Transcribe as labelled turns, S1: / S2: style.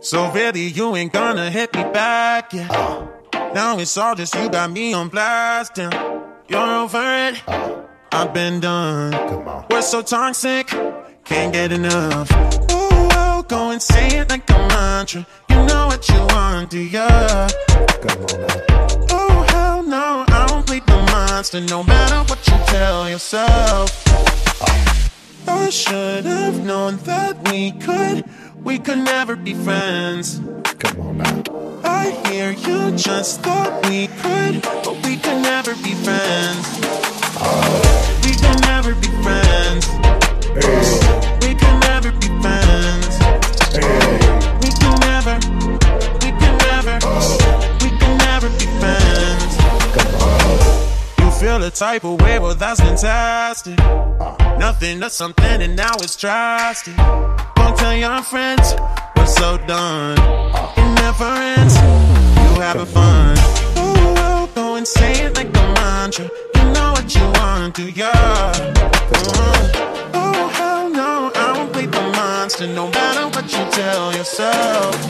S1: So really, you ain't gonna hit me back, yeah. Now it's all just you got me on blast, and you're over it. I've been done.
S2: Come on.
S1: We're so toxic, can't get enough. Ooh, I'll go and say it like a mantra. You know what you want, do ya?
S2: Come on now.
S1: Oh, hell no, I don't play the monster no matter what you tell yourself. I should have known that we could, we could never be friends.
S2: Come on now.
S1: I hear you just thought we could, but we could never be friends. We could never be friends. We could never be friends. We could never, we could never, we could never be friends. You feel a type of way, well, that's fantastic. Nothing to something, and now it's drastic. Don't tell your friends, we're so done. It never ends, you having fun. Ooh, I'll go and say it like a mantra. You know what you want to, yeah. Mm. Oh, hell no, I don't play the monster, no matter what you tell yourself.